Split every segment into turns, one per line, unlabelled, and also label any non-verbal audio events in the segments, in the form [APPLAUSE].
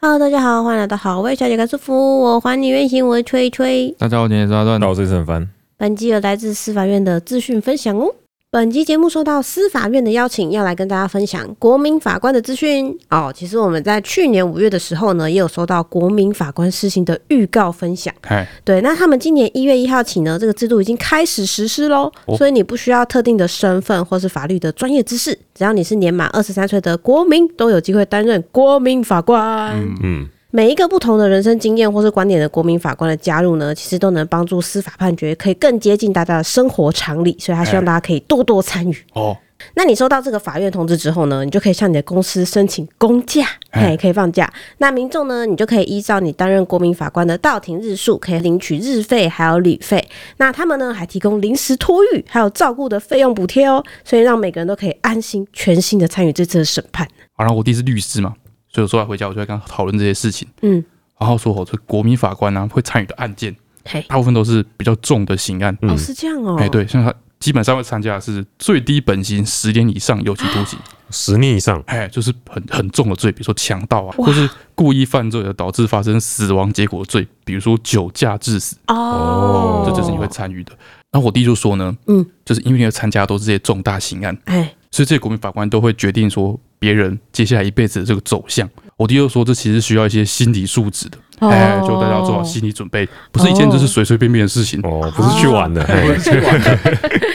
Hello，大家好，欢迎来到好味小姐开祝福，我还你原形，我是吹吹。
大家好，我今天是阿段
那。我是陈凡，
本集有来自司法院的资讯分享哦。本集节目受到司法院的邀请，要来跟大家分享国民法官的资讯哦。其实我们在去年五月的时候呢，也有收到国民法官施行的预告分享。
嗨，
对，那他们今年一月一号起呢，这个制度已经开始实施喽，
哦
所以你不需要特定的身份或是法律的专业知识，只要你是年满二十三岁的国民，都有机会担任国民法官。
嗯，
每一个不同的人生经验或是观点的国民法官的加入呢，其实都能帮助司法判决可以更接近大家的生活常理，所以他希望
哎
大家可以多多参与。
哦，
那你收到这个法院通知之后呢，你就可以向你的公司申请公假，
哎
哎，可以放假。那民众呢，你就可以依照你担任国民法官的到庭日数，可以领取日费还有旅费。那他们呢，还提供临时托育还有照顾的费用补贴哦，所以让每个人都可以安心、全心的参与这次的审判。
然后我弟是律师嘛，所以有时候他回家我就会跟他讨论这些事情。
嗯，
然后说哦，这国民法官呢、会参与的案件，
嘿，
大部分都是比较重的刑案。
哦，是这样哦，
哎、，对，像他基本上会参加的是最低本刑十年以上有期徒刑，
十年以上，
哎，就是很很重的罪，比如说强盗啊，
哇
或是故意犯罪而导致发生死亡结果的罪，比如说酒驾致死，
哦，
这就是你会参与的。然后我弟就说呢，
嗯，
就是因为你的参加都是这些重大刑案，
哎，
所以这些国民法官都会决定说别人接下来一辈子的这个走向。我弟就说，这其实需要一些心理素质的，
哦
哎、就大家做好心理准备，不是一件就是随随便便的事情。
[LAUGHS]
哦，不是去玩的，
哎
嘿
不 [LAUGHS] 是去玩的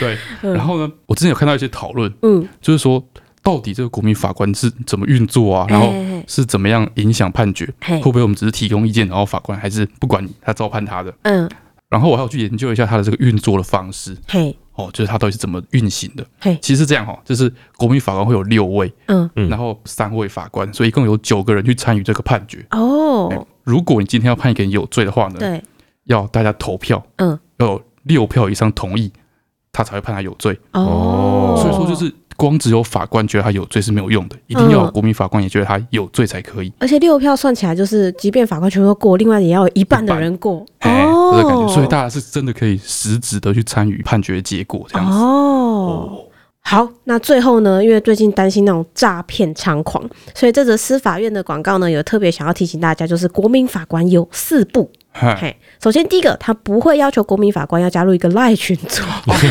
对，然后呢，我之前有看到一些讨论，
嗯，
就是说到底这个国民法官是怎么运作啊，然后
哎哎
是怎么样影响判决，
哎
会不会我们只是提供意见，然后法官还是不管你，他照判他的。
嗯，
然后我还要去研究一下他的这个运作的方式，
嘿，
哦，就是他到底是怎么运行的。
嘿，
其实是这样哈，就是国民法官会有六位，
嗯，
嗯
然后三位法官，所以一共有九个人去参与这个判决。
哦
哎，如果你今天要判一个人有罪的话呢，
对，
要大家投票，
嗯，
要有六票以上同意，他才会判他有罪。
哦，
所以说，就是光只有法官觉得他有罪是没有用的，一定
嗯
要有国民法官也觉得他有罪才可以。
而且六票算起来，就是即便法官全部都过，另外也要有一半的人过。
哎，
哦，
这个感觉，所以大家是真的可以实质的去参与判决结果这样子。
哦。好，那最后呢？因为最近担心那种诈骗猖狂，所以这则司法院的广告呢，有特别想要提醒大家，就是国民法官有四步。
嗨
嘿，首先第一个，他不会要求国民法官要加入一个赖群组。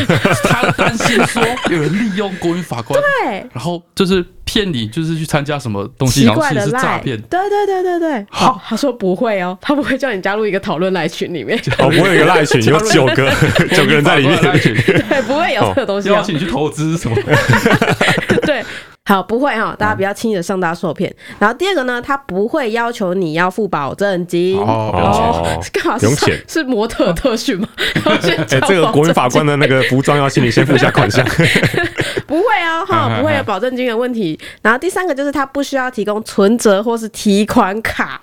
他担心说有人利用国民法官，
对，
[LAUGHS] 然后就是骗你，就是去参加什么东西，
奇
然后
怪
其
的
实是诈
赖，
骗。
对对对对对。
好
好，他说不会哦，他不会叫你加入一个讨论赖群里面，
哦，我有一个
[LAUGHS]
赖群，有九个 [LAUGHS] 九个人在里
[LAUGHS]
面，
面，
对，不会有这个东西、哦。
邀请你去投资什么？
[LAUGHS] 对，好，不会哦哈，大家不要轻易的上当受骗。然后第二个呢，他不会要求你要付保证金。
哦，不用钱。 [LAUGHS]
哦，
[LAUGHS] 干嘛
不
是
用
上
钱
是模特特训吗？
哎，
哎
这个国民法官的那个服装要请你先付一下款项，
不会啊，哈，不会有保证金的问题。然后第三个就是他不需要提供存折或是提款卡，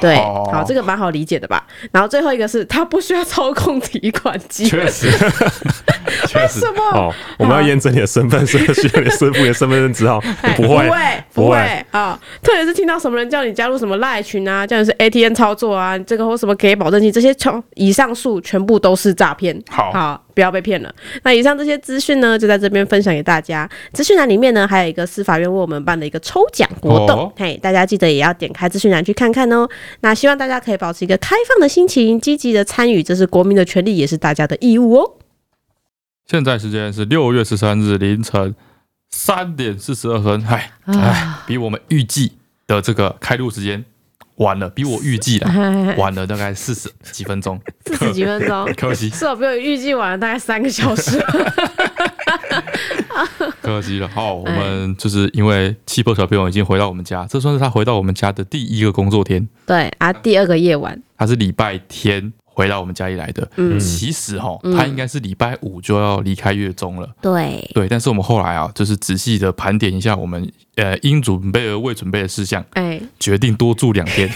对，
哦
好，这个蛮好理解的吧？然后最后一个是他不需要操控提款机，
[LAUGHS] 确实，确实
什么？
[LAUGHS] 哦，我们要验证你的身份，所以需要你师傅的身份
[LAUGHS]
证字号，
哎
不会
不，会，
不会
啊、特别是听到什么人叫你加入什么赖群啊，叫你是 ATM 操作啊，这个或什么给保证金，这些全以上述全部都是诈骗。
好
不要被骗了。那以上这些资讯呢，就在这边分享给大家。资讯栏里面呢，还有一个司法院为我们办的一个抽奖活动，
哦
嘿，大家记得也要点开资讯栏去看看哦。那希望大家可以保持一个开放的心情，积极的参与，这是国民的权利，也是大家的义务哦。
现在时间是六月十三日凌晨三点四十二分，嗨，
啊
哎，比我们预计的这个开录时间晚了，比我预计
[LAUGHS]
的晚了大概四十几分钟，
四十几分钟，
可惜，
是我比我预计晚了大概三个小 [LAUGHS] 时。
可惜了。
哎
好，我们就是因为气泡小朋友已经回到我们家，这算是他回到我们家的第一个工作天，
对啊，第二个夜晚，
他是礼拜天回到我们家里来的。
嗯
其实哈，
嗯
他应该是礼拜五就要离开月中了。
对，
对，但是我们后来啊，就是仔细的盘点一下我们呃应准备而未准备的事项，
哎， [LAUGHS]
决定多住两天。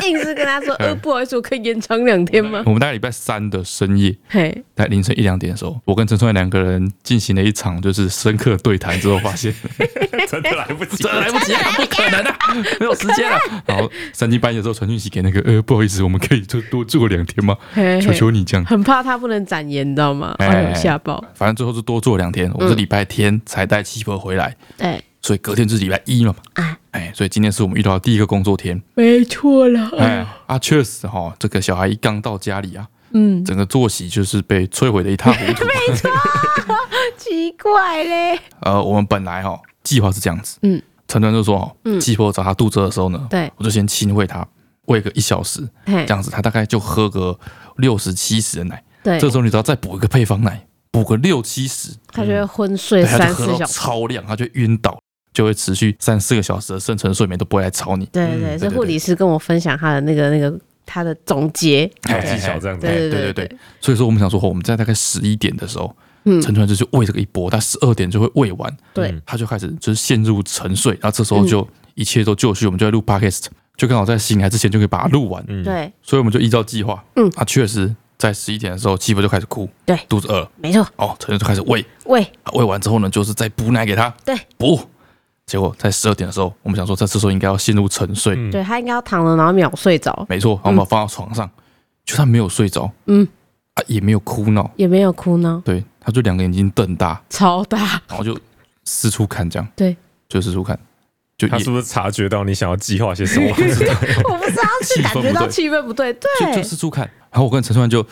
硬是跟他 [LAUGHS] 说，呃，不好意思，我可以延长两天吗？
我们大概礼拜三的深夜，
嘿，
在凌晨一两点的时候，我跟陈川两个人进行了一场就是深刻对谈之后，发现 [LAUGHS]
真的来不及
真的来不及
[LAUGHS]
啊，不可能啊，没有时间了。然后三更半夜的时候传讯息给那个，呃，不好意思，我们可以就多做两天吗？
嘿
求求你这样。
很怕他不能展颜，你知道吗？
哎
嗯哎呦，吓爆！
反正最后是多做两天，我是礼拜天才带七婆回来，
对，
所以隔天就是礼拜一了嘛。
啊，
哎，所以今天是我们遇到的第一个工作天。
没错了。
哎啊，确实哈、这个小孩一刚到家里啊，
嗯，
整个作息就是被摧毁的一塌糊
[LAUGHS]
涂。
奇怪嘞。
呃，我们本来哈、计划是这样子，
嗯，
陈川就说哦，鸡婆找他肚子饿的时候呢，
对
我就先亲喂他，喂个一小时，
嘿
这，样子他大概就喝个六十七十的奶，
对，
这时候你只要再补一个配方奶，补个六七十，
他就会昏睡
对他
三
就
四
喝到
小时。
超量，他就晕倒，就会持续三四个小时的深层睡眠都不会来吵你。
对对对，
嗯
是
对对
护理师跟我分享他的那个那个他的总结。
小技巧这样子
哎
对
对
对
对对，所以说我们想说，哦我们在大概十一点的时候，
嗯，
陈川就是喂这个一波，他十二点就会喂完，
对
他就开始就是陷入沉睡，然后这时
嗯
候就一切都就绪，我们就在录 podcast，就刚好在醒来之前就可以把它录完，
嗯
对，
所以我们就依照计划，
嗯
啊，确实在十一点的时候，七伯就开始哭，
对
肚子饿了，
没错。
哦，陈川就开始喂，
喂，
啊喂完之后呢，就是再补奶给他，
对
补，结果在十二点的时候，我们想说在这时候应该要陷入沉睡，
对他应该要躺了，然后秒睡着，
没错，然后我们放到床上，就他没有睡着，
嗯，
啊也没有哭闹，
也没有哭呢，
对，他就两个眼睛瞪大，
超大。
然后就四处看这样，
对，
就四处看，就
他
也
是不是察觉到你想要计划些什
[LAUGHS]
[LAUGHS]
么？
我不知道是
气
感
氛
觉
不
到
对
气氛不对，对，
就就四处看，然后我跟陈川就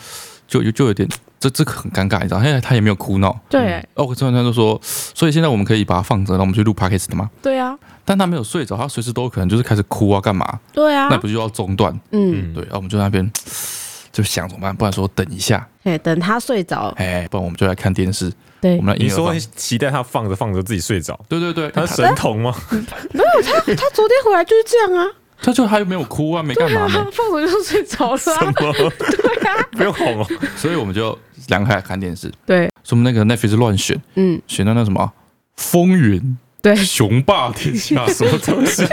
就就就有点这这个很尴尬，你知道，因为他也没有哭闹。
对
哦，我跟陈川就说，所以现在我们可以把它放着，然后我们去录 podcast 的吗？
对啊，
但他没有睡着，他随时都有可能就是开始哭啊，干嘛？
对啊
那，不就要中断？
嗯，
对，然后我们就在那边就想怎么办？不然说等一下，
哎，等他睡着，
哎，不然我们就来看电视。
对
我，们来
你
婴儿
说
房
你。期待他放着放着自己睡着，
对对 [LAUGHS] 对，
他
他
是神童吗？
他昨天回来就是这样啊，
他就他又没有哭啊，没干
对
嘛
啊，
呢，
放手就睡着 [LAUGHS] 了啊，对啊，
[LAUGHS] 不用哄哦，
所以我们就两个人看电视。
对，
所以我们那个 Netflix 乱选，
嗯，
选到那什么风云
对，
雄霸天下什么东西？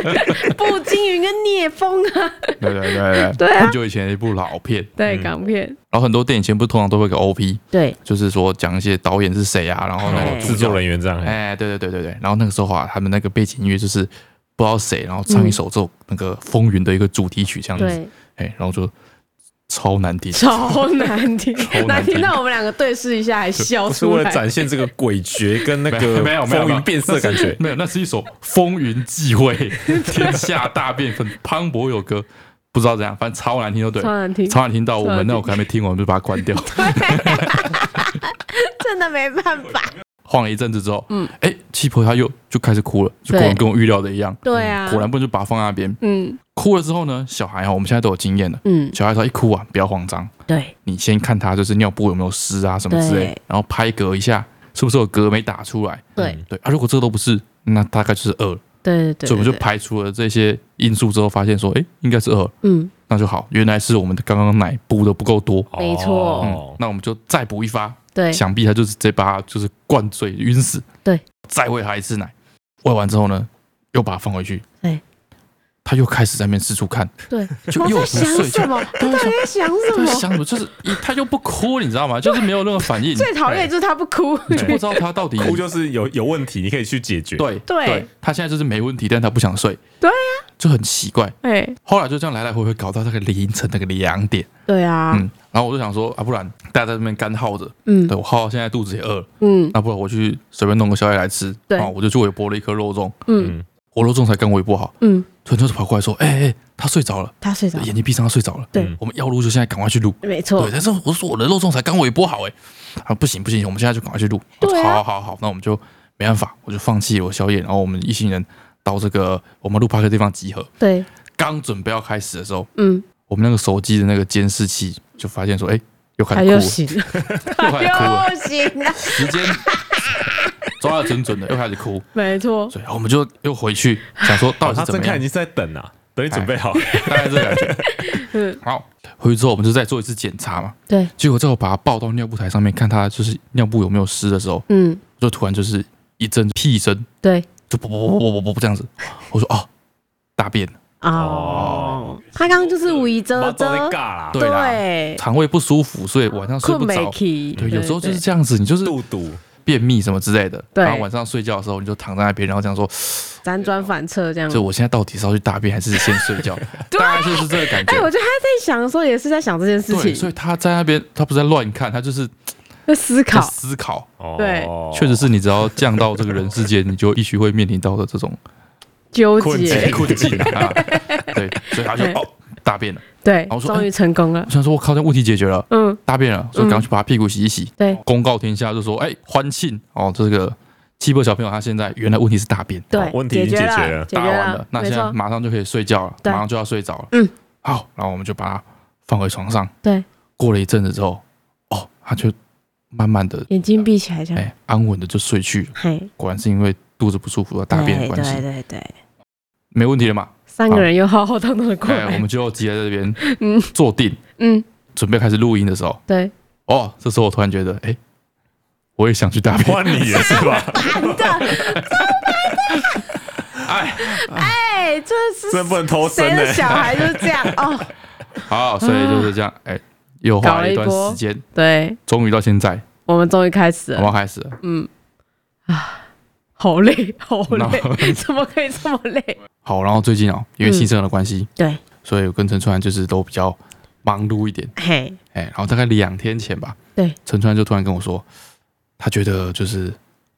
步惊云跟聂风啊，
对对对
对啊
很久以前的一部老片，
[LAUGHS] 对，港片，
然后很多电影前不是通常都会有个 OP，
对，
就是说讲一些导演是谁啊，然后
哎
呢
哦制作人员这样，
哎，对对对对对，然后那个时候啊，他们那个背景音乐就是不知道谁，然后唱一首这种那个风云的一个主题曲这样子，
对，
哎，然后就超难听，
超难听， [LAUGHS]
难
难听
听
到我们两个对视一下还笑
不哦是
出
为
来
了，展现这个诡谲跟那
没有
个
没有没有
风云变色的感觉，
没有，那是一首风云际会，
[LAUGHS]
天下大变，很磅礴有歌，不知道怎样，反正超难听就对
超
了。
难听，
超难听到我
超难
们
听
那我还没听完，我们就把它关掉。
[LAUGHS] 真的没办法，
晃了一阵子之后，嗯，哎，七婆她又就开始哭了，就果然
对
跟我预料的一样，
对啊，
果然不能就把它放在那边。
嗯
哭了之后呢，小孩哈，我们现在都有经验了。
嗯，
小孩他一哭啊，不要慌张，
对
你先看他就是尿布有没有湿啊什么之类
对，
然后拍嗝一下，是不是有嗝没打出来？
对
[LAUGHS]
嗯
对啊，如果这个都不是，那大概就是饿了。
对对对，
所以我们就
对，
排除了这些因素之后，发现说，哎，应该是饿了，
嗯，
那就好，原来是我们的刚刚奶补的不够多。
没错
嗯
哦，
那我们就再补一发，
嗯对，
想必他就是直接把他就是灌醉晕死。
对，
再喂他一次奶，喂完之后呢，又把他放回去。
对，
他又开始在那边四处
[LAUGHS]
看，
对，
[LAUGHS] 就
我
又
在
不
想
睡
什
觉。
么？他到底在想什
他在
么？
想什么？就是一他又不哭，你知
[LAUGHS]
道吗？就是没有任何反应，
最讨厌就是他不哭，
你就不知道他到底
哭嗯就是有有问题，你可以去解决。哦
对
对
他现在就是没问题，但他不想睡。
对啊
呀、就很奇怪。
哎，
后来就这样来来回回搞到那个凌晨那个两点，
对啊，
嗯，然后我就想说啊，不然大家在这边干耗着，
嗯
对我耗到现在肚子也饿了，
嗯
那不然我去随便弄个宵夜来吃。
对
啊，我就去微波了一颗肉粽，
嗯
我肉粽才刚微波好，
嗯，
突然就跑过来说，哎、哎、他睡着了，
他睡着了，
眼睛闭上，他睡着了。
嗯
嗯
对，哦
我们要录就现在赶快去录。
没错
对，，但是我说我的肉粽才刚微波好哎、啊不行不行，我们现在就赶快去录。我说
对啊
好好好好，那我们就没办法，我就放弃我宵夜，然后我们一行人到这个我们录趴的地方集合。
对，
刚准备要开始的时候，
嗯，
我们那个手机的那个监视器就发现说，哎、又开
他
始哭
又
了，
醒
[LAUGHS]
了，
又开始哭了，
[LAUGHS]
他又醒
[LAUGHS]
了，
时间抓的准准的，又开始哭。
[LAUGHS]
没错，
所以我们就又回去想说到
哦，
底
他
是怎
睁
么
开
样
眼，睛是在等啊，等你准备好。 [LAUGHS]
[LAUGHS] 大概这个感觉。
嗯，
好，回去之后我们就再做一次检查嘛。
对，
结果在我把他抱到尿布台上面看他就是尿布有没有湿的时候，
嗯，
就突然就是一阵屁声，
对，
就啵啵啵啵啵啵啵啵这样子。我说哦，大便了，
哦，他刚刚就是五一遮
都在
遮，
尬啦，
对啦，
对
肠胃不舒服，所以晚上睡
困
不
没
着。
起，
对，有时候就是
对
这样子，你就是
肚肚
便秘什么之类的，
对
然后晚上睡觉的时候你就躺在那边，然后讲说，
辗转反侧这样。
就我现在到底是要去大便还是先睡觉？大概就是这个感
哎、
觉
我。觉得他在想的时候也是在想这件事
对，所
情，
以他在那边，他不是在乱看，他就是
在思
在
考，
思考。
哦，
对
确实是你只要降到这个人世间，你就必须会面临到的这
[LAUGHS]
种
纠
困
结
境，
困境啊。
[LAUGHS]
对，所以他就
对
哦大便了。
对
然后，说
终于
哎
成功了
我。想说，我靠，这问题解决了，
嗯，
大便了，所以赶快去把他屁股洗一洗。
对
公告天下就说，哎，欢庆哦，这个七波小朋友他现在原来问题是大便，
对，
问题已经
解
解决
了，
了
解
打
决
完了，那
没
现在
错，
马上就可以睡觉了，
对
马上就要睡着了。
嗯，
好，然后我们就把他放回床上。
对，
过了一阵子之后，哦，他就慢慢的
眼睛闭起来这样。
哎安稳的就睡去了。
嘿，
果然是因为肚子不舒服和大便的
对
关
对
系，
对对，
没问题了嘛？
三个人又浩浩荡荡的过
哎，我
来，
们就急在这边
嗯
坐定，
嗯，
准备开始录音的时候，
对，
哦，这时候我突然觉得，哎，我也想去大便，
换你了是吧？
哎，
哎、这是
真不能偷生欸
谁
呢
欸
的。小孩就是这
[LAUGHS]
样哦，
[LAUGHS] 好，所以就是这
啊
样，哎，又花了一段时间，
对，
终于到现在，
我们终于开始
我
了，
们开始了。
好累，好累，
那
[LAUGHS] 怎么可以这么累？
[LAUGHS] 好，然后最近哦，因为新生儿的关
嗯
系，
对，
所以我跟陈川就是都比较忙碌一点，
嘿，
哎，然后大概两天前吧，
对，
陈川就突然跟我说，他觉得就是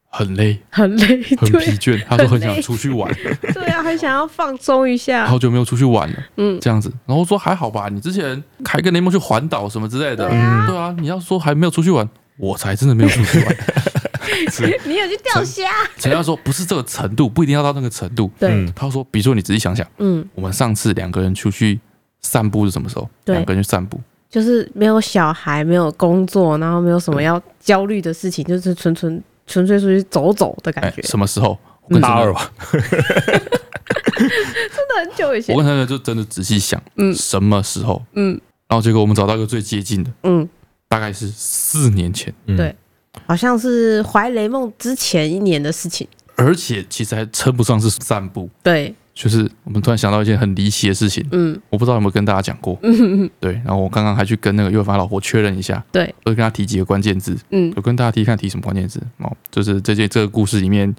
很累，
很累，
很疲
对， [LAUGHS]
倦，他说很
很累
想出去
[LAUGHS]
玩，
对啊，很想要放松一下，
好久没有出去玩了，
嗯
这样子。然后我说还好吧，你之前还跟雷蒙去环岛什么之类的，嗯对啊，你要说还没有出去玩，我才真的没有出去玩。
你有去钓虾？
陈家说不是这个程度，不一定要到那个程度。
对，
嗯，
他说，比如说你仔细想想，
嗯，
我们上次两个人出去散步是什么时候？
对
两个人去散步，
就是没有小孩，没有工作，然后没有什么要焦虑的事情，就是纯纯纯粹出去走走的感
哎
觉，，
什么时候？我跟陈
大
川
二吧，
真的很久以前
我，跟陈家就真的仔细想，
嗯
什么时候？
嗯
然后结果我们找到一个最接近的，
嗯，
大概是四年前，
嗯
对好像是怀雷梦之前一年的事情，
而且其实还称不上是散步，
对，
就是我们突然想到一件很离奇的事情，
嗯
我不知道有没有跟大家讲过。
嗯
对，然后我刚刚还去跟那个幼发老婆确认一下，
对，
我就跟他提几个关键字，
嗯，
我跟大家提看提什么关键字哦，就是这件这个故事里面，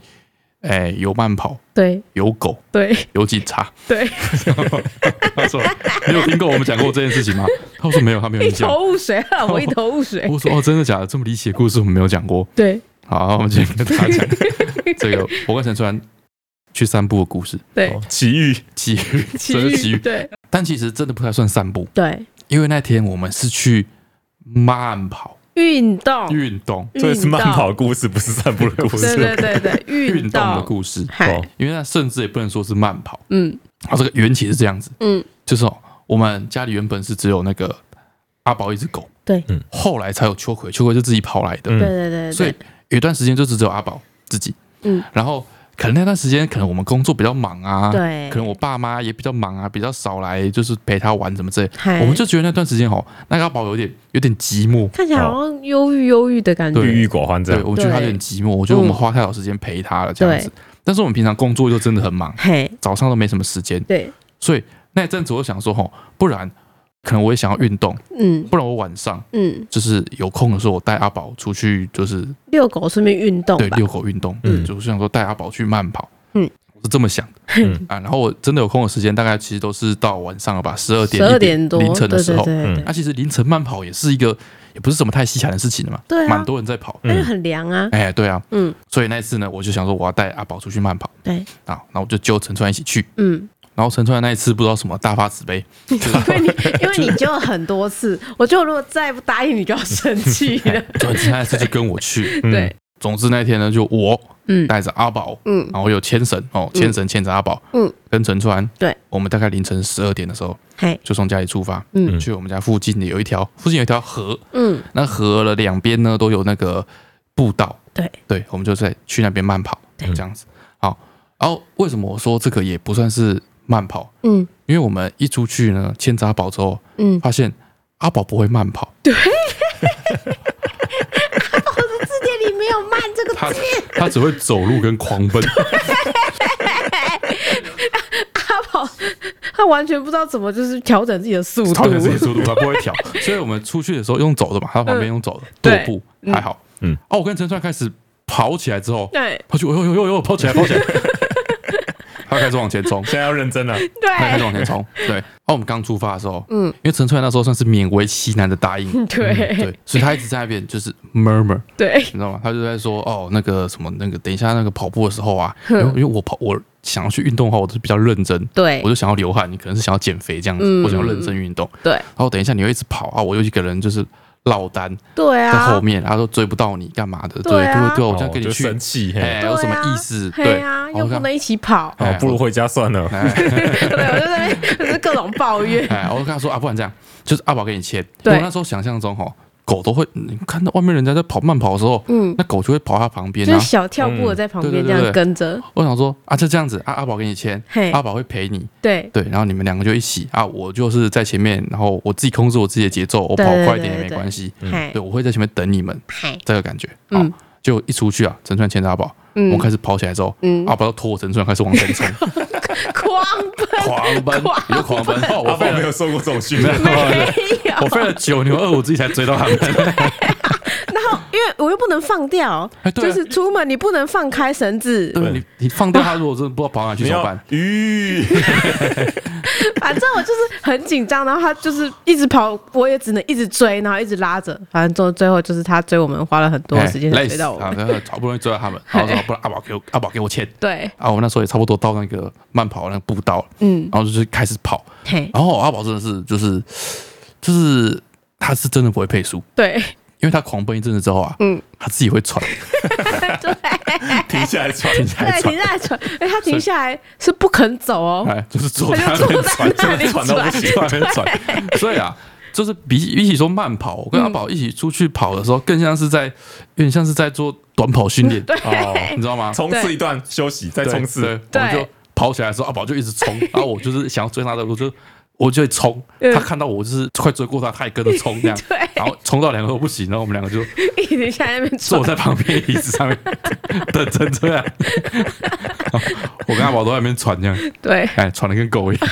哎，有慢跑，
对
有狗，
对
有警察。
对，
他说你有听过我们讲过这件事情吗？他说没有，他没有
一
印象。
头雾水啊，我一头
[LAUGHS]
雾水。
我说哦，真的假的？这么离奇的故事我们没有讲过。
对
好，我们今天跟大家讲这个我跟陈川去散步的故事，
对，
哦奇遇
奇遇，
奇
真的是奇
遇，
遇。
对
但其实真的不太算散步，
对，
因为那天我们是去慢跑
运动，
运动，
这是慢
运动
跑的故事，不是散步的故
对
事。
对对对，
[LAUGHS] 运
运
动的
动，
故事。哦
嗨，
因为那甚至也不能说是慢跑，
嗯
它这个缘起是这样子，
嗯，
就是、哦、我们家里原本是只有那个阿宝一只狗，
对，
嗯
后来才有秋葵，秋葵是自己跑来的，
嗯
对对对
所以
对，
有一段时间就只有阿宝自己，
嗯，
然后可能那段时间可能我们工作比较忙啊，
对
可能我爸妈也比较忙啊，比较少来就是陪他玩什么之类，
嗨
我们就觉得那段时间哦，那个阿宝有点有点寂寞，
看起来好像忧郁忧郁的感觉，
哦郁郁寡欢这
对，
样，
我觉得他有点寂寞，我觉得我们
嗯
花太少时间陪他了这样子
对。
但是我们平常工作又真的很忙，
嘿，
早上都没什么时间，
对，
所以那一阵子我想说，吼，不然可能我也想要运动，
嗯
不然我晚上
嗯，
就是有空的时候，我带阿宝出去，就是
遛狗顺便运动
对
吧，
遛狗运动，嗯，就是想说带阿宝去慢跑，
哦嗯，
我是这么想的，
嗯
啊，然后我真的有空的时间，大概其实都是到晚上了吧，十二点、
十二
1
点多
凌晨的时候，嗯
对对对哎
那、其实凌晨慢跑也是一个，也不是什么太稀罕的事情的嘛，
对啊
蛮多人在跑，
对，因为很凉啊，
哎，对啊，
嗯，
所以那一次呢，我就想说我要带阿宝出去慢跑
对，
啊，然后我就揪陈川一起去，
嗯，
然后陈川那一次不知道什么大发慈悲， [LAUGHS]
因为你因为你揪了很多 [LAUGHS] 次，我就如果再不答应你就要生气 [LAUGHS] 了，
所以那一次就跟我去。
嗯
对，
[LAUGHS] 总之那一天呢，就我
嗯
带着阿宝，
嗯
然后有牵绳哦，牵绳牵着阿宝，
嗯，
跟陈川，
对，
我们大概凌晨十二点的时候
嘿，
就从家里出发，
嗯
去我们家附近的有一条，附近有一条河，
嗯，
那河的两边呢都有那个步道，
对，
对，我们就在去那边慢跑，
对
这样子。好，然后为什么我说这个也不算是慢跑？
嗯
因为我们一出去呢，牵着阿宝之后，
嗯，
发现阿宝不会慢跑，哦
字典里没有慢这个
他他只会 [LAUGHS] 走路跟狂奔。
阿宝，
他完全不知道怎么就是调整自己的速度
调，整自己 [LAUGHS] 速度，他不会调，所以我们出去的时候用走的嘛，他旁边用走的
对
踱步还好。嗯
嗯，
哦，我跟陈川开始跑起来之后，
对
跑去，呦哎呦呦呦，跑起来，跑起来， [LAUGHS] 他开始往前冲，
现在要认真了，
他开始
对
往前冲。对，哦，我们刚出发的时候，嗯，因为陈川那时候算是勉为其难的答应，嗯
对
对，所以他一直在那边就是 murmur，
对
你知道吗？他就在说哦，那个什么，那个等一下那个跑步的时候啊，因为因为我跑我想要去运动的话，我都是比较认真，
对
我就想要流汗，你可能是想要减肥这样子，
嗯
我想要认真运动。
对
然后等一下你又一直跑啊，我又一个人就是落单
对
在
啊
后，面，他说追不到你干嘛的？对
对啊
对对，我这
哦
样跟你
就
去，
生气，嘿
哎，有什么意思？对
啊，
我
又不
看，
能一起跑
[LAUGHS]
哦，不如回家算了。
哎
对，我就在那边就是各种抱
[LAUGHS]
怨，
哎，我就跟他说啊，不然这样，就是阿宝给你签。
对
我那时候想象中哈，狗都会，你看到外面人家在跑慢跑的时候，
嗯，
那狗就会跑它旁边
就是
啊。
小跳步的在
嗯
旁
对
边
对
这
对
样跟着，
我想说啊，就这样子，啊，阿宝给你签
嘿，
阿宝会陪你，
对
对，然后你们两个就一起啊，我就是在前面，然后我自己控制我自己的节奏，我跑
对对
快一点也
对
没
对
关系，
嗨
嗯对，我会在前面等你们，
嗨，
这个感觉。好
嗯，
就一出去啊，陈川牵着阿宝，我
嗯
开始跑起来之后，
嗯，
阿宝要拖我陈川开始往
[LAUGHS]
前冲，
[LAUGHS] 狂
哦狂奔，你就狂奔，哦，
阿
我
爸
费
没有
了，
受过这种训
没
练，
有，
有，
我费了九牛二虎之力才追到他们。
因为我又不能放掉，
哎，对
就
啊，
是出门你不能放开绳子，
[LAUGHS] 对你你放掉他，如果真的不知道跑哪去
你
怎么
要
办？
咦，
反正我就是很紧张，然后他就是一直跑，我也只能一直追，然后一直拉着，反正最最后就是他追我们，花了很多时间才
累
追
死
到我
啊
们。！
然
[LAUGHS]
后好不容易追到他们，然后说不然阿宝给我阿宝给我签。
对，
啊，我那时候也差不多到那个慢跑那个步道了，
嗯，
然后就是开始跑，
嘿，
然后阿宝真的是就是就是他是真的不会配速， [LAUGHS]
对，
因为他狂奔一阵子之后啊，
嗯
他自己会
[LAUGHS]
喘，
对，
哎
停下来喘，
对，哎停下来喘，哎，他停下来是不肯走哦，
哎，就是坐在
他
那
就坐
边
在
喘，
那里
喘到不
喘，
行，
坐在那边喘，所以啊。就是比起比起说慢跑，我跟
嗯
阿宝一起出去跑的时候，更像是在有点像是在做短跑训练，
哦，
你知道吗？
冲刺一段，休息，再
对
冲
对
刺，
我们
对
就跑起来的时候，阿宝就一直冲，然后我就是想要追他的，我就我就会冲，
嗯
他看到我就是快追过他，他也跟着冲这样，
[LAUGHS] 对
然后冲到两个都不行，然后我们两个就
一直在那边
坐
喘。
在旁边椅子 [LAUGHS] 上面等陈这样， [LAUGHS] 我跟阿宝都在那边喘这样，
对，
哎，喘的跟狗一
[LAUGHS]
样。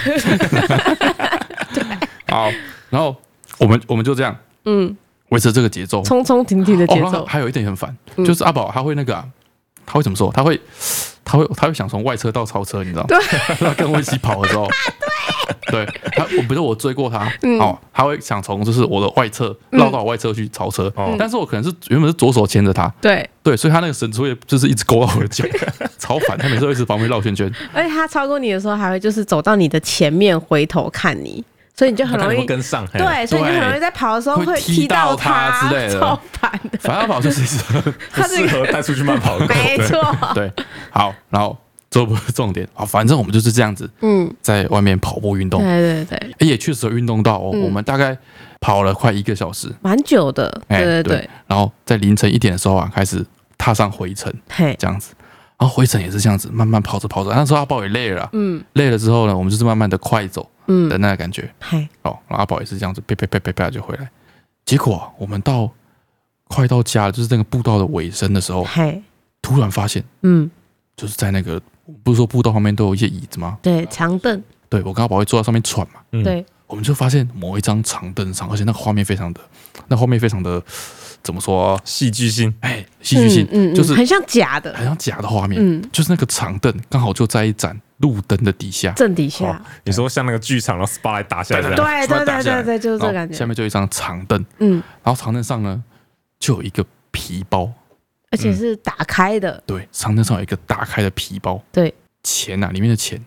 好，然后我们我们就这样
嗯，
维持这个节奏。
冲冲停停的
哦，
节
然后
奏，嗯
还有一点很烦，就是阿宝他会那个、啊，他会怎么说？他会他会他会想从外车道超车，你知道吗？他跟我一起跑的
[LAUGHS]
时候。对，他我比如我追过他，
嗯
哦，他会想从就是我的外侧绕到我外侧去超车，
哦
嗯
但是我可能是原本是左手牵着他，
对，
对，所以他那个绳子会就是一直勾到我的
[LAUGHS]
脚，超烦。他每次都一直旁边绕圈圈，
而且他超过你的时候，还会就是走到你的前面回头看你，所以你就很
他可
容
能
易
会跟上，嘿，
对，所以你
对
很容易在跑的时候
会
会
踢
踢
到
到
他之类的
[LAUGHS] 超烦的。
反正跑就是一
[LAUGHS]
直
不
他这
适
个
合带出去慢跑的狗，
没
对，
错，
[LAUGHS] 对，好，然后这不是重点啊，好反正我们就是这样子，
嗯，
在外面跑步运动，
对对嗯对，
哎也确实有运动到哦，我们大概跑了快一个小时，
蛮久的，
哎
对对
对
对，，
然后在凌晨一点的时候啊，开始踏上回程
嘿，
这样子。然后回程也是这样子，慢慢跑着跑着，那时候阿宝也累了啊，
嗯
累了之后呢，我们就是慢慢的快走
嗯
的，那个感觉，
嘿，
哦，然后阿宝也是这样子，啪啪啪啪啪就回来。结果、啊、我们到快到家了，就是那个步道的尾声的时候，
嘿，
突然发现，
嗯，
就是在那个不是说步道旁边都有一些椅子吗？
对，长凳，
对我跟阿宝会坐在上面喘嘛，
嗯
对，
我们就发现某一张长凳上，而且那个画面非常的，那画面非常的怎么说、啊
戏剧性，
哎，戏剧性，
嗯嗯嗯
就是哎
很像假的，
很像假的画面，
嗯
就是那个长凳刚好就在一盏路灯的底下，
正底下
哦，你说像那个剧场，然后 SPA 来打下来这样，
对对对对对，就是这个
啊然
感
后下
觉，
面就有一张长凳，
嗯，
然后长凳上呢就有一个皮包，
而
嗯
且是打
[LAUGHS]
开的，
对，长凳上有一个打开的皮包，
对，
钱啊，里面的钱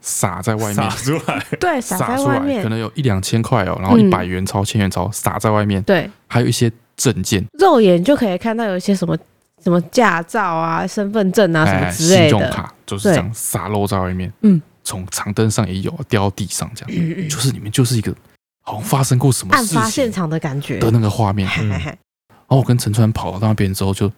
撒在外面
撒，出来，
对，撒
撒
在
出
外
来，可
面，
能有一两千块哦，然后一
嗯
百元钞、千元钞撒在外面，
对，
还有一些证件，
肉眼就可以看到有一些什么什么驾照啊、身份证啊什么
哎，
之
信
类
用
的，
卡就是这样撒漏在外面，
嗯，
从长凳上也有掉到地上这样，就是里面就是一个好像发生过什么
案
事
发现
情
场的感觉，
的那个嗯画面，
嘿嘿嘿，
然后我跟陈川跑到那边之后就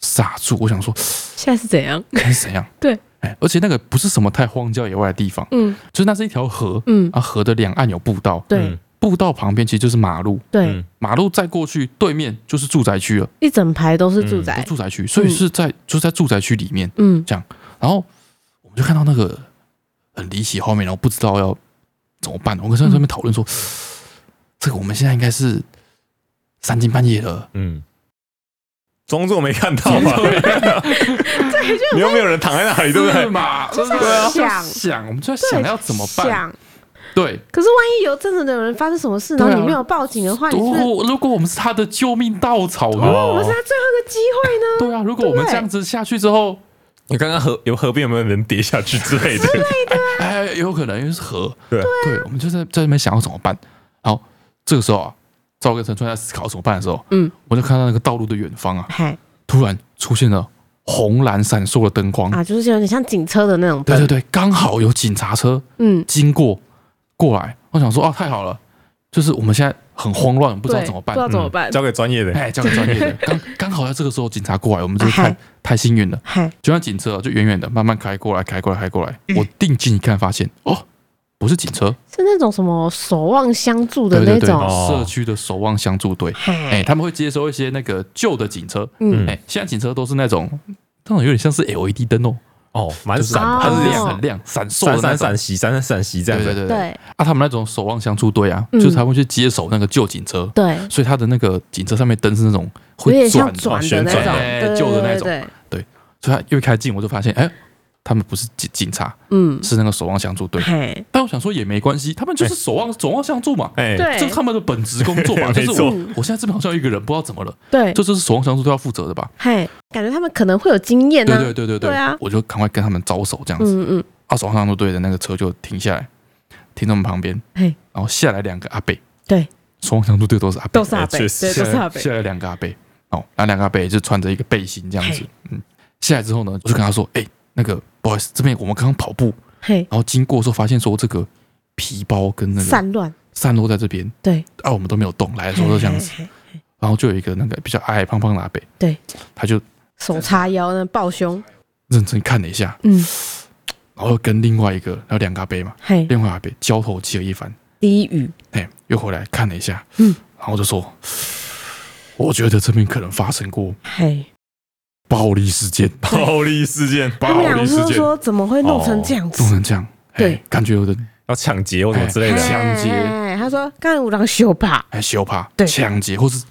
傻住，我想
[LAUGHS]
说
现在是怎样？
看是怎样，
对，
哎，而且那个不是什么太荒郊野外的地方，
嗯
就是那是一条河，
嗯，
啊，河的两岸有步道，
对
嗯
步道旁边其实就是马路，
对，
嗯
马路再过去对面就是住宅区了，
一整排都是住
都是
宅，
住宅区，所以是在就是在住宅区里面，
嗯
然后我们就看到那个很离奇画面，然后不知道要怎么办？我
嗯
跟上上面讨论说，这个我们现在应该是三更半夜了，
嗯，装作没看到嘛，
[LAUGHS]
[LAUGHS] 你又没有人躺在那里，对不
是
嗯
对？ [LAUGHS]
嘛？对
在
啊，
想
想，我们就在想要怎么办？
想，
对，
可是万一有真的有人发生什么事，然
对啊
后你没有报警的话，你
如
是啊不是
果如果我们是他的救命稻草呢？
我们是
哦，
他最后一个机会呢？
对啊，如果我们
对
这样子下去之后，
你刚刚河有河边有没有人跌下去之类的？嗯
哎，有可能因为是河，
对啊
对，我们就在在那边想要怎么办。然后这个时候啊，赵跟陈川在思考怎么办的时候，
嗯，
我就看到那个道路的远方啊，
嗨
突然出现了红蓝闪烁的灯光，
啊，就是有点像警车的那种
对
灯
对，对，刚好有警察车
嗯，
经过过来，我想说哦，太好了，就是我们现在很慌乱，不知道
对
怎么办
不知，道怎么
嗯
办？
交给专业的。
哎，交给专业
[LAUGHS]
的，刚刚好在这个时候警察过来，我们真是
啊
太
嗨
太幸运了。
嗨，
就像警车啊就远远的慢慢开过来，开过来，开过来，
嗯
我定睛一看，发现哦，不是警车，
是那种什么守望相助的
对对
那
对，
种，
哦嗯
社区的守望相助队，哎，
嗨，
他们会接收一些那个旧的警车，
嗯
哎，现在警车都是那种，那种有点像是 LED 灯哦，
哦，蛮
就是
闪的，
哦
很
它是
亮
哦
很亮，闪烁
闪
的那种
闪闪息，闪闪闪息这样
对对
子。
对对。
对
啊，他们那种守望相助队啊，
嗯
就是他会去接手那个旧警车，
对，
所以他的那个警车上面灯是那种
有
会
点
转
像
的，
转的
旋
那
转
种，
哎
对
旧的那，
对对对
所以他又一开镜，我就发现，哎，他们不是警警察，
嗯，
是那个守望相
[LAUGHS]
助队。
嗨，
但我想说也没关系，他们就是守望守望相助嘛，
哎，
对
这是他们的本职工作嘛。就
[LAUGHS] 没
是
错
我我现在这边好像有一个人不知道怎么了，
对，
这就是守望相助队要负责的吧？
嗨，感觉他们可能会有经验
对
呢，
对对对
对啊
我就赶快跟他们招手这样子。
嗯嗯，
啊，守望相助队的那个车就停下来，停到我们旁边，
嘿，
然后下来两个阿贝，
对，
守望相助队都是阿贝，
都是阿北，
哎
对，
确
都
实
是阿北，
下来两个阿贝，哦，那两个阿贝就穿着一个背心这样子，嗯，下来之后呢，我就跟他说，哎、那个不好意思，这边我们刚刚跑步，
嘿，
然后经过的时候发现说这个皮包跟那个
散乱，
散落在这边，
对，
啊，我们都没有动，来的时候都这样子，
嘿，嘿嘿
然后就有一个那个比较矮矮胖胖的阿北，
对，
他就
手叉腰那抱胸，
认真看了一下，
嗯，
然后跟另外一个，然后两个阿伯嘛，
嘿，
另外阿伯交头接耳一番，
低语，
哎，又回来看了一下，
嗯，
然后就说，我觉得这边可能发生过
嘿，
暴力事件，
暴力事件，
他们
暴
俩
力
不
事
是
件，
说怎么会弄成这样子
弄？成这样，哎
对，
感觉有人
要抢劫或什么之类
嘿
的。
抢劫
嘿他说刚才五郎修吧，
哎羞怕，
对
抢劫或是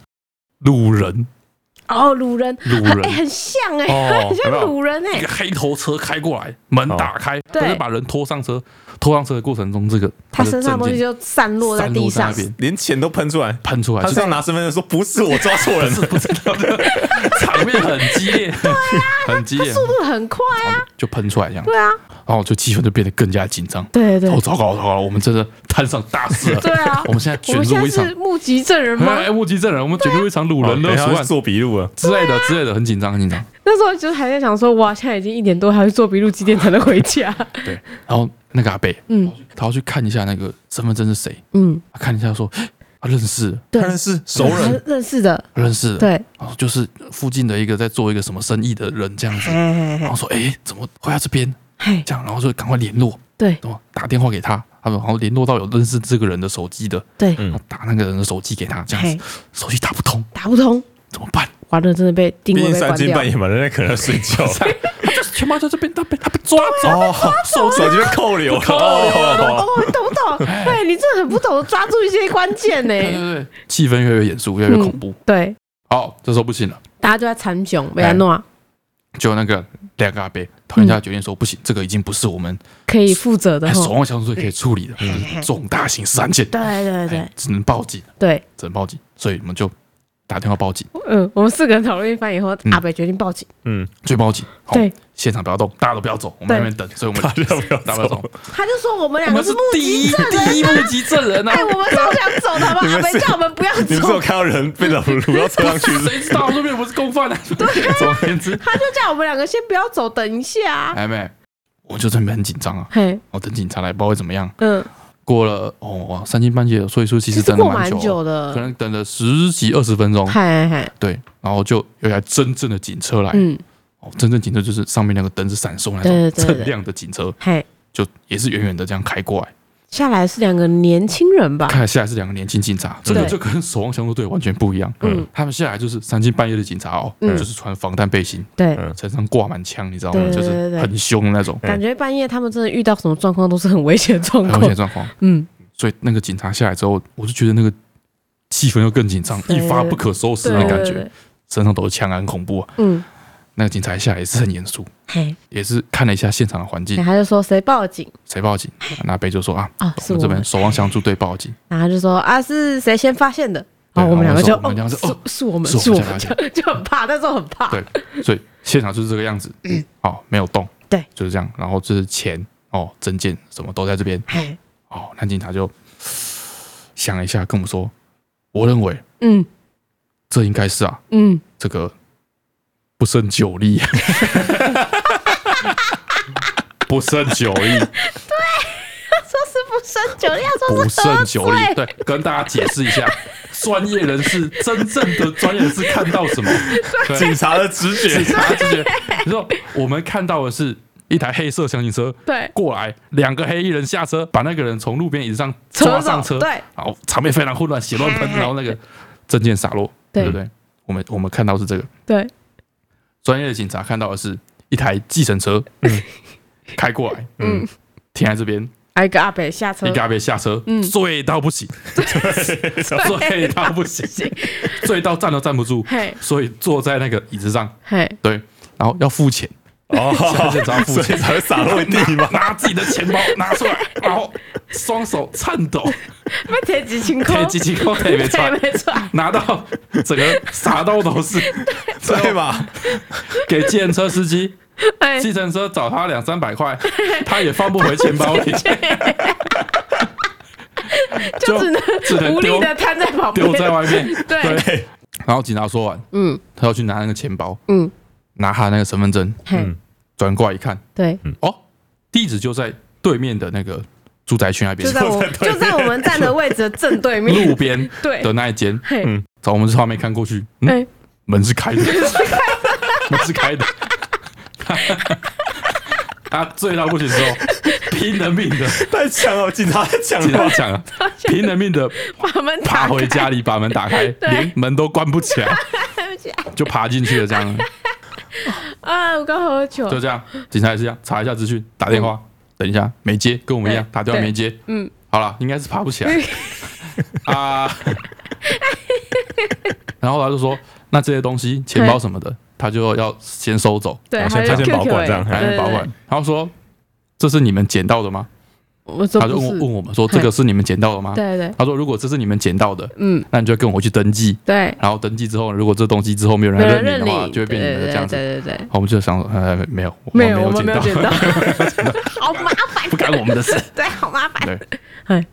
路人，
哦，鲁人，
路
很哎，
人。
很像 [LAUGHS] 哎，
哦
很像
有没有
鲁人
一
哎
个，黑头车开过来，门打开，
对
他就把人拖上车。拖上车的过程中，这个
他
的
身上的东西
证件
就散落在
散
地上
落在那，边
连钱都喷出来，
喷出来，
他
就是
要拿身份证说不是我抓错 [LAUGHS] 人了，
[LAUGHS] 场面很激烈，很激烈，
啊速度很快啊，
就喷出来这样，
对啊，
然后就气氛就变得更加紧张。
对对
哦，糟糕，糟糕，我们真的摊上大事了。
对啊
我们现在
我
卷
们现
入
在
一场
是，目击证人吗？
哎，目击证人，我们卷入一场掳人
哦
勒
等
索
一下
案
做笔录了。
之类的
啊
之类的，很紧张，很紧张。
那时候就是还在想说，哇，现在已经一点多，还要去做笔录几点才能回家？
对，然后那个阿贝，
嗯
他要去看一下那个身份证是谁，
嗯，
他看一下说，哎他认识，
对
当，然是熟
他
人，
认识的，
认识，
对，
哦，就是附近的一个在做一个什么生意的人这样子，
嘿嘿
然
嘿
后说，哎，怎么会在这边？
哦嘿，
这样，然后就赶快联络，
对
然后打电话给他，他们好像联络到有认识这个人的手机的，
对，
嗯
然后打那个人的手机给他，这样
嘿
子，手机打不通
打不通，
怎么办？
完了，真的被定
毕
位
竟
被
三
关
更
掉
半。夜嘛，人家可能要睡 [LAUGHS] 觉。
他就是全部在这边，他被他被抓走，
哦，手手机被扣留了，
扣留
哦
哦，，
你懂不
[LAUGHS]
懂？哎，你真的很不懂得抓住一些关键呢。
对对对，气氛越来越严肃，越来越恐怖。
对，
好，这时候不行了，
大家就在参雄被他
哎
弄啊，
就那个两个阿伯，他们家决定说不行，这个已经不是我们
可以负责的
哎守
吼。
望相助队可以处理的，
嗯
就是重大刑事案件，
对对
哎
对
只能报警，
对，
只能报警，所以我们就打电话报警，
嗯，我们四个人讨论一番以后，
嗯
阿北决定报警。
[LAUGHS] 嗯，
就报警。好
对，
现场不要动，大家都不要走，我们在那边等，所以我们
大家不要
大家不要走
走，
他就说我们
我
两个
们
是
是
目
第
击
[LAUGHS] 一
证人。
第一目击证人啊
哎，！我们超想走的，好不
你
好？阿
们
北
是
叫我们不要
[LAUGHS] 你们是有
走，
看到人被老掳
[LAUGHS]
到车上去是？
谁知道路边不是共犯啊？ [LAUGHS] 总而言之，
他就叫我们两个先不要走，等一下啊。
哎妹，我就在那边很紧张啊，
嘿，
我等警察来，不知道会怎么样。
嗯，
过了哦，三更半夜了，所以说其
其
实
实
等了
过
蛮
蛮
久
久
啊，可
的，
能等了十几二十分钟，
嗨嗨，
对，然后就有一台真正的警车来。
嗯，
哦，真正警车就是上面那个灯是闪烁那
对对
种
对
锃亮的警车，
嗨，
就也是远远的这样开过来。
下来是两个年轻人吧？
看来下来是两个年轻警察，这个
啊对
就跟守望相助队完全不一样。
嗯
嗯，他们下来就是三更半夜的警察哦，
嗯
就是穿防弹背心，
对，
嗯
身上挂满枪，你知道吗？
对对
就
对对嗯
是
对
很凶的那种，
感觉半夜他们真的遇到什么状况都是很危险的状
哎很
况
危。险状况。
嗯，
所以那个警察下来之后，我就觉得那个气氛又更紧张，
对
一发不可收拾
对
那种感
对
觉
对，
身上都是枪啊，很恐怖啊。
嗯，
那个警察下来也是很严肃，
嘿，
也是看了一下现场的环境
然，后他就说谁报警
谁报警？那贝就说啊，
啊？
我
是
们这
我
边
们，
守望相助队报警，
然后他就说啊是谁先发现的？
对
然后我们两个就
我们两个说
哦
我们两个说哦是
是是我们是
我
我
们
们，就就很怕，那时候很怕。
对所以现场就是这个样子。好，没有动，
嗯对，
就是这样。然后这是钱哦，证件什么都在这边。
嘿，
哦，那警察就想了一下，跟我们说，我认为
嗯
这应该是啊， [LAUGHS]
嗯，
这个不胜酒 [LAUGHS] 力，不胜酒力，
说是不胜酒力，他
不
说是
胜酒力
喝。醉
对，跟大家解释一下，专业人士真正的专业人士看到什么？对，
警察的直
警
[LAUGHS] 觉，
察直觉，你说我们看到的是。一台黑色厢型车
对
过来，两个黑衣人下车，把那个人从路边椅子上
扯
抓上车，
走对
然后场面非常混乱，血乱喷，然后那个证件洒落，
对
对不对？我们我们看到是这个，
对
专业的警察看到的是一台计程车，开过来，嗯，停在这边，
还哎有一个阿北下车
一，个阿伯下车，醉到不行，醉到 [LAUGHS] 不行，醉到站都站不住
嘿，
所以坐在那个椅子上，
嘿，
对，然后要付钱，
哦，
警察付
所以
钱，
才会洒落地 [LAUGHS] 嘛。
拿自己的钱包拿出来，然后双手颤抖，
被铁几清空，
贴机器
[LAUGHS]
扣也没
对
穿，
没错，
拿到整个撒到都是，
对 [LAUGHS] 吧？
给计程车司机，
哎，
[LAUGHS] 计程车找他两三百
[LAUGHS]
块，他也放不回钱包里，
就只能
只能
无
丢
力的摊在旁边，
丢在外面。
对
对，
然后警察说完，
嗯
他要去拿那个钱包，
嗯，
拿他那个身份证，
嘿，
转过来一看，
对，
哦，地址就在对面的那个住宅区那边
就，在我就在我们站的位置的正对
[LAUGHS]
面，
路边
对
的嗯那一间。
嘿，
从我们这画面看过去，嗯，
哎，
门是
[LAUGHS]
开的， [LAUGHS] 门是开的。他醉到不行之后，拼了命的，
太强了，警察太强
警察
了，
讲
[LAUGHS]
啊，拼了命的
把门
爬
打
回
开，
家里，把门打
[LAUGHS]
开，连门都关不起来，就爬进去了，这
[LAUGHS]
样
啊，我刚喝酒，
就这样。警察也是这样，啊查一下资讯，打电话，等一下没接，跟我们一样
对
打电话没接，嗯，好了，应该是爬不起来
[LAUGHS]
啊。 [LAUGHS] 然后他就说，那这些东西，钱包什么的，他就要先收走，
对，
先
还有
先
QQ
保管
哎
这样
还
对
能保管。然后说，这是你们捡到的吗？
我说
他就
不
问
是
问，我们说，这个是你们捡到的吗？
对对
他说，如果这是你们捡到的，
嗯，
那你就跟我去登记。
对，
然后登记之后，如果这东西之后没有人
没
来
人
认
认
领的话，
领，
就会变成你们的这样子。
对对对对，
好我们就想说，呃，没有，我
没
们
有，我们没有捡
捡
到，
[LAUGHS]
好麻烦，
不干我们的事。
[LAUGHS] 对，好麻烦，
[LAUGHS] 对，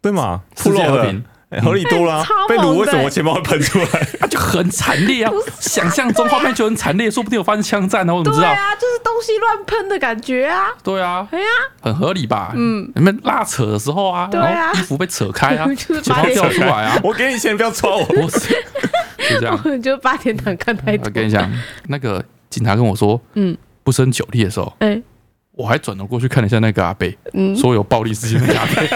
对嘛，
世
铺
界
路
和
了
平，
哎合理多啦
哎超猛。
被卤为
的
什么钱包会喷出来？ [LAUGHS]
啊，就很惨烈啊！想象中画面就很惨烈，说不定有发生枪战呢，我怎么知
对 [LAUGHS]
道？
啊，就是东西乱喷的感觉啊，
对啊，
哎呀，
很合理吧？嗯，你们拉扯的时候啊，
对啊
然后衣服被扯开啊，
[LAUGHS] 就是
钱
把
包
脸
掉出来 [LAUGHS] 啊，
我给你钱，不要抓我。
我是 [LAUGHS] 就
[LAUGHS]
这样。
我就八点档看太
啊嗯
多
我，跟你讲，那个警察跟我说，嗯
嗯，
不胜酒力的时候，
哎，
我还转头过去看了一下那个阿贝，
嗯
说有暴力事件的阿贝，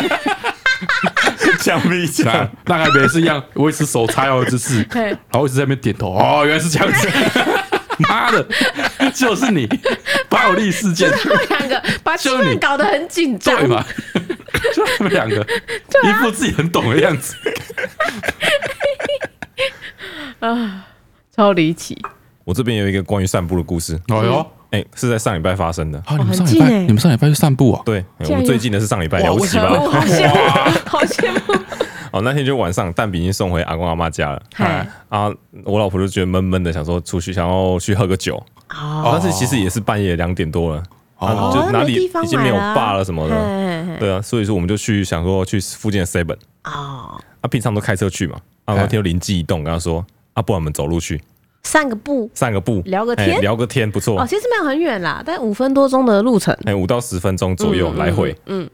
枪毙
那
枪，
那阿贝也是一样维持手叉腰的姿
[LAUGHS]
势，哦
嘿
然后一直在那边点头，哦，原来是这样
[LAUGHS]
子，妈的，就是你暴力事件，
他们两个啊把气
就你
氛搞得很紧张，
对嘛？就他们两个，
啊
一副自己很懂的样子，
超离奇，
[LAUGHS] 我这边有一个关于散步的故事，
哎呦，
哎，是在上礼拜发生的。
啊，你们
嗯很
上礼
近
拜
欸
你们上礼拜去散步啊？
对，哎
竟
我
然
们
有
最近的是上礼拜，了不起
可恶，好
吧？
羡 [LAUGHS] 慕，好羡慕，
哦，那天就晚上蛋饼已经送回阿公阿妈家了
嗨，
啊，我老婆就觉得闷闷的，想说出去想要去喝个酒，
哦，
但是其实也是半夜两点多了，啊，
哦
就哪里
没地方
已经没有
买了啊
坝了什么的，
哎，
对啊，所以说我们就去想说去附近的 seven
哦，
啊，平常都开车去嘛，
嗨
哎
啊，我那天就灵机一动，跟他说啊，不然我们走路去
散个步
散个步，
聊个
哎
天
聊个天不错
哦，，其实没有很远啦，但五分多钟的路程，
哎，五到十分钟左右
嗯哎
来回，
嗯，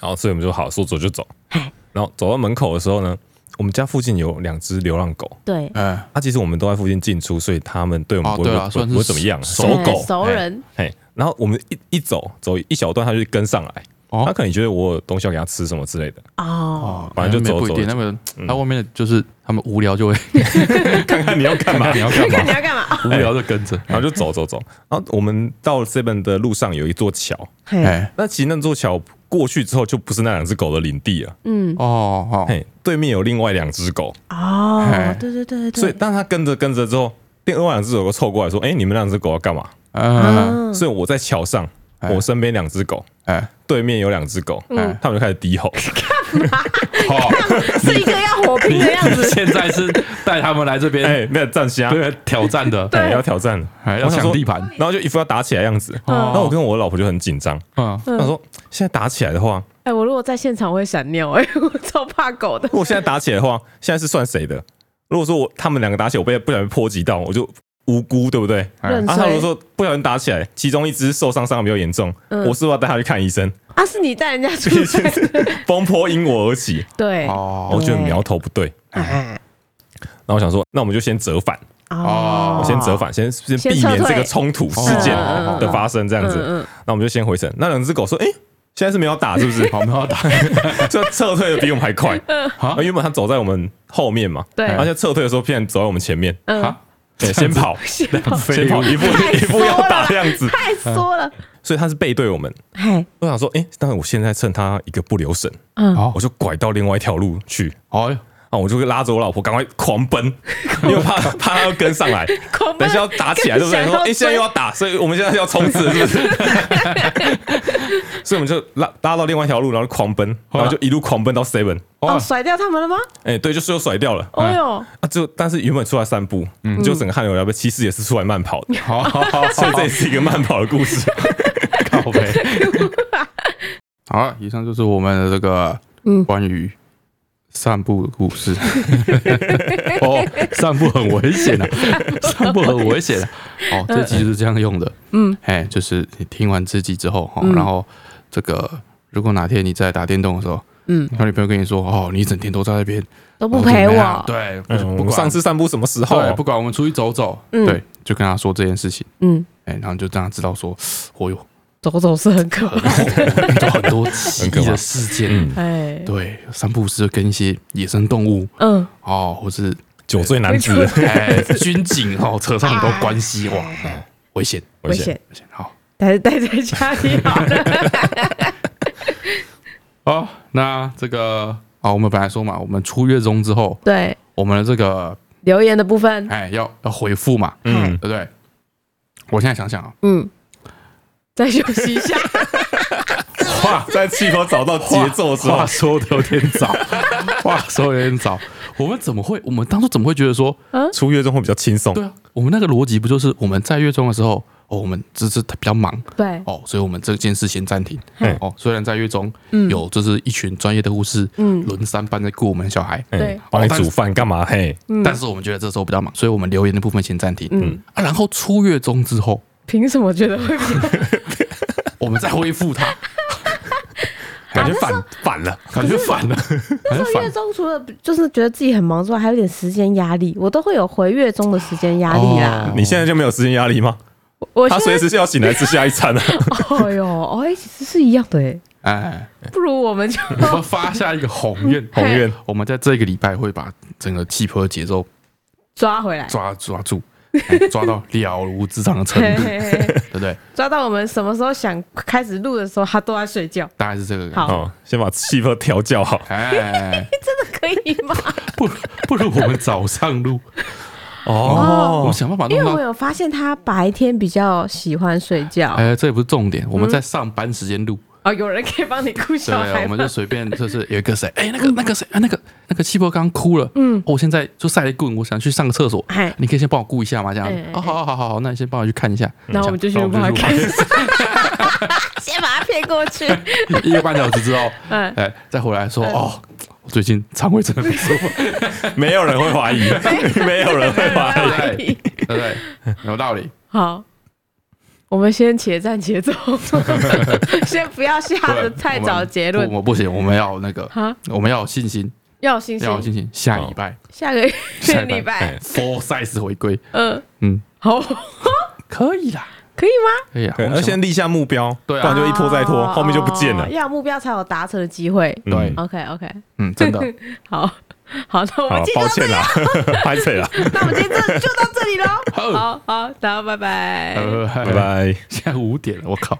然后所以我们就好说走就走
嗨，
然后走到门口的时候呢，我们家附近有两只流浪狗。
对，
哎，
啊，其实我们都在附近进出，所以他们对我们
哦
不会、
对啊
不会
算是
不会怎么样，
熟
熟
哎
狗
熟
哎
人，
嘿，然后我们一一走走一小段，它就跟上来，它
哦
可能觉得我有东西要给它吃什么之类的，
哦，
哦，
反正就走
不一定，那
走
个他外面的就是他们无聊就 [LAUGHS] 会
看看你要干
[LAUGHS]
嘛，你要干
看你要干嘛？
无聊就跟着，
然后就走走走，然后我们到 seven 的路上有一座桥，
嘿，
哎，
那其实那座桥过去之后就不是那两只狗的领地了，
嗯，
哦哦，
嘿，对面有另外两只狗，
哦
嘿，
对对对
所
对对，
以当他跟着跟着之后，另外两只狗凑过来说：“哎、你们两只狗要干嘛？”
嗯，
啊
所以我在桥上，
哎
我身边两只狗，
哎，
对面有两只狗，哎
嗯
他们就开始低吼。
好，
是一个要火拼
你
的样
你
子，
现在是带他们来这边
[LAUGHS] 哎、那个站
嗯
虾，
啊对挑战的，
哎要挑战，
哎要
我想
抢
说
地盘，
然后就一副要打起来的样子。
哦
然后我跟我老婆就很紧张，
嗯，
嗯
她说：“现在打起来的话，
[LAUGHS] 哎，我如果在现场我会闪尿，哎，我超怕狗的
如，果现在打起来的话，现在是算谁的？如果说我他们两个打起来，我被不小心波及到，我就无辜，对不对？
哎
认
啊，他如果
衰
说不小心打起来，其中一只受伤伤的比较严重，
嗯
我是不是要带他去看医生？ [LAUGHS]
啊，是你带人家出
毕
去
竟，是风波因我而起，
[LAUGHS] 对，
我
哦
觉得苗头不对。
哎
然后我想说，那我们就先折返，
哦
我先折返，先先
先
避
撤
免这
退
个冲突事件
嗯嗯嗯嗯
的发生，这样子。
嗯嗯
那我们就先回程。那两只狗说：“哎、现在是没有打，是不
[LAUGHS]
是？”
好，我们要打，
就撤退的比我们还快。
好
啊，原本他走在我们后面嘛，
嗯对
而且撤退的时候竟然走在我们前面，
嗯，
啊，
对，先跑，
[LAUGHS] 先跑
先跑，
[LAUGHS]
一步
太
一步
缩
要打
了
的样子，
太缩了，
所以他是背对我们。
嘿，
我想说，哎、但我现在趁他一个不留神，
嗯，
好
我，就拐到另外一条路去。
好，哎
啊！我就拉着我老婆赶快狂奔， [LAUGHS] 因为我怕怕她要跟上
[LAUGHS]
来，
恐
等一下要打起来，对不对？
更啊
说
想要
哎、诶现在又要打，所以我们现在要冲刺，是不是？
[LAUGHS]
所以我们就拉拉到另外一条路，然后狂奔，
啊
然后就一路狂奔到 seven。
哦，
哦，
甩掉他们了吗？
哎、对，就是又甩掉了。
哦哟，
啊，就但是原本出来散步，嗯，就整个汗流浃背，其实也是出来慢跑的，
好，
[LAUGHS]
好，好，
所以这也是一个慢跑的故
[LAUGHS]
事。
靠背。
[LAUGHS]
好了，以上就是我们的这个
嗯
关于散步的故
[LAUGHS]
事。哦，散步很危险啊，散步很危险啊。哦，这集就是这样用的。
嗯，
哎，就是你听完这集之后，哦
嗯
然后这个如果哪天你在打电动的时候，
嗯，
他女朋友跟你说，哦，你一整天都在那边
都不陪
然后
我，
哦怎么样对，
嗯，
不
我
不
们
管
上次散步什么时候？啊
对，不管我们出去走走，
嗯
对，就跟他说这件事情，
嗯，
哎，然后就让他知道说，我有
走走是很可怕，
有很
[LAUGHS]
多奇异的事件
嗯，
哎，
[LAUGHS]
对，散步是跟一些野生动物
嗯，
哦，或
[LAUGHS]
是
酒醉男子，
哎军警哦扯上很多关系，哇，
嗯
哎危险，
危险，
危险，好，
待待在家里好了，
好，那这个啊，我们本来说嘛，我们出月中之后，
[LAUGHS] 对，
我们的这个
留言的部分，
哎要要回复嘛，
嗯
对，不对？我现在想想啊，
嗯，再休息一
[LAUGHS]
下，
哇，在气口找到节奏之
话
后，
说的有点早， [LAUGHS] 话说得有点早。我们怎么会？我们当初怎么会觉得说，
嗯
出月中会比较轻松
对，啊，我们那个逻辑不就是我们在月中的时候，哦，我们只是比较忙
对，
哦，所以我们这件事先暂停
嗯。
哦，虽然在月中
嗯
有就是一群专业的护士
嗯
轮三班在顾我们的小孩，
哎
对
帮你煮饭干嘛？嘿，
嗯
但是我们觉得这时候比较忙，所以我们留言的部分先暂停
嗯
啊。然后出月中之后，
凭什么觉得会
我们再恢复它，
[LAUGHS]
感觉反反了，
感觉反了，感觉
到
反
月。中除了就是觉得自己很忙之外，还有点时间压力，我都会有回月中的时间压力啦。
哦
你现在就没有时间压力吗？
我我
哦他
现
随
在，
时是要醒来吃下一餐啊。
哎呦， [LAUGHS] 哦，哎，其实是一样的哎， [LAUGHS]
哎，
不如我
[LAUGHS]
们就
我们发下一个宏愿，
宏愿，
我们在这个礼拜会把整个气魄节奏
抓回来，
抓抓住，哎 [LAUGHS] 抓到了无指掌的程
嘿
度，
嘿嘿
对不对？
抓到我们什么时候想开始录的时候，他都在睡觉，
大概是这个感觉。
[LAUGHS] 好
哦，先把气氛调教好。
[LAUGHS] 哎，
可以
[LAUGHS]
吗？
不不如我们早上录，我
哦
们，想办法
因
弄
为我
到。
有发现他白天比较喜欢睡觉。
哎，这也不是重点，我们在上班时间录，
哦，有人可以帮你顾
对
嗯小
不对？啊
孩嗯
我
吗
们
[LAUGHS]
就随便就是有一个谁，哎，那个那个谁啊，那个那个气魄刚哭了，嗯，我现在就晒了一棍，我想去上个厕所
哎，
你可以先帮我顾一下吗？这样
哎哎
子，哦，好好好好好，那你先帮我去看一下，
然后我们就
这
去
样
帮他看
然后我们就去录，
先把他骗过去。
[LAUGHS] 一个半小时之后，
嗯
哎，再回来说哦，我最近肠胃真的不舒服，
没有人会怀疑，没有人会怀疑。
对对不对，有道理。
好，我们先且战且
[LAUGHS]
走，先不要下的太早结论
我不行，我们要那个
啊，
我们要有信心，
要有信心
要。有信心。下礼拜
下个
[LAUGHS] 下
礼
礼
拜
拜，
full size 回归，
嗯，
嗯，
好，
[LAUGHS] 可以啦，
可以吗？
可以啦。
对，
我
要
们想
先立下目标，
对啊
不然就一拖再拖，
哦
后面就不见了
哦。要有目标才有达成的机会。
嗯
对
，OK OK，
嗯，真
[LAUGHS]
的，
好好，那我
好
们
了，
今天
抱
就
歉啦， [LAUGHS] 拍腿啦，
那我们今天这就到这里
[LAUGHS]
喽。
好
好好，大家拜拜。
呃
拜拜。
现在五点了，我靠。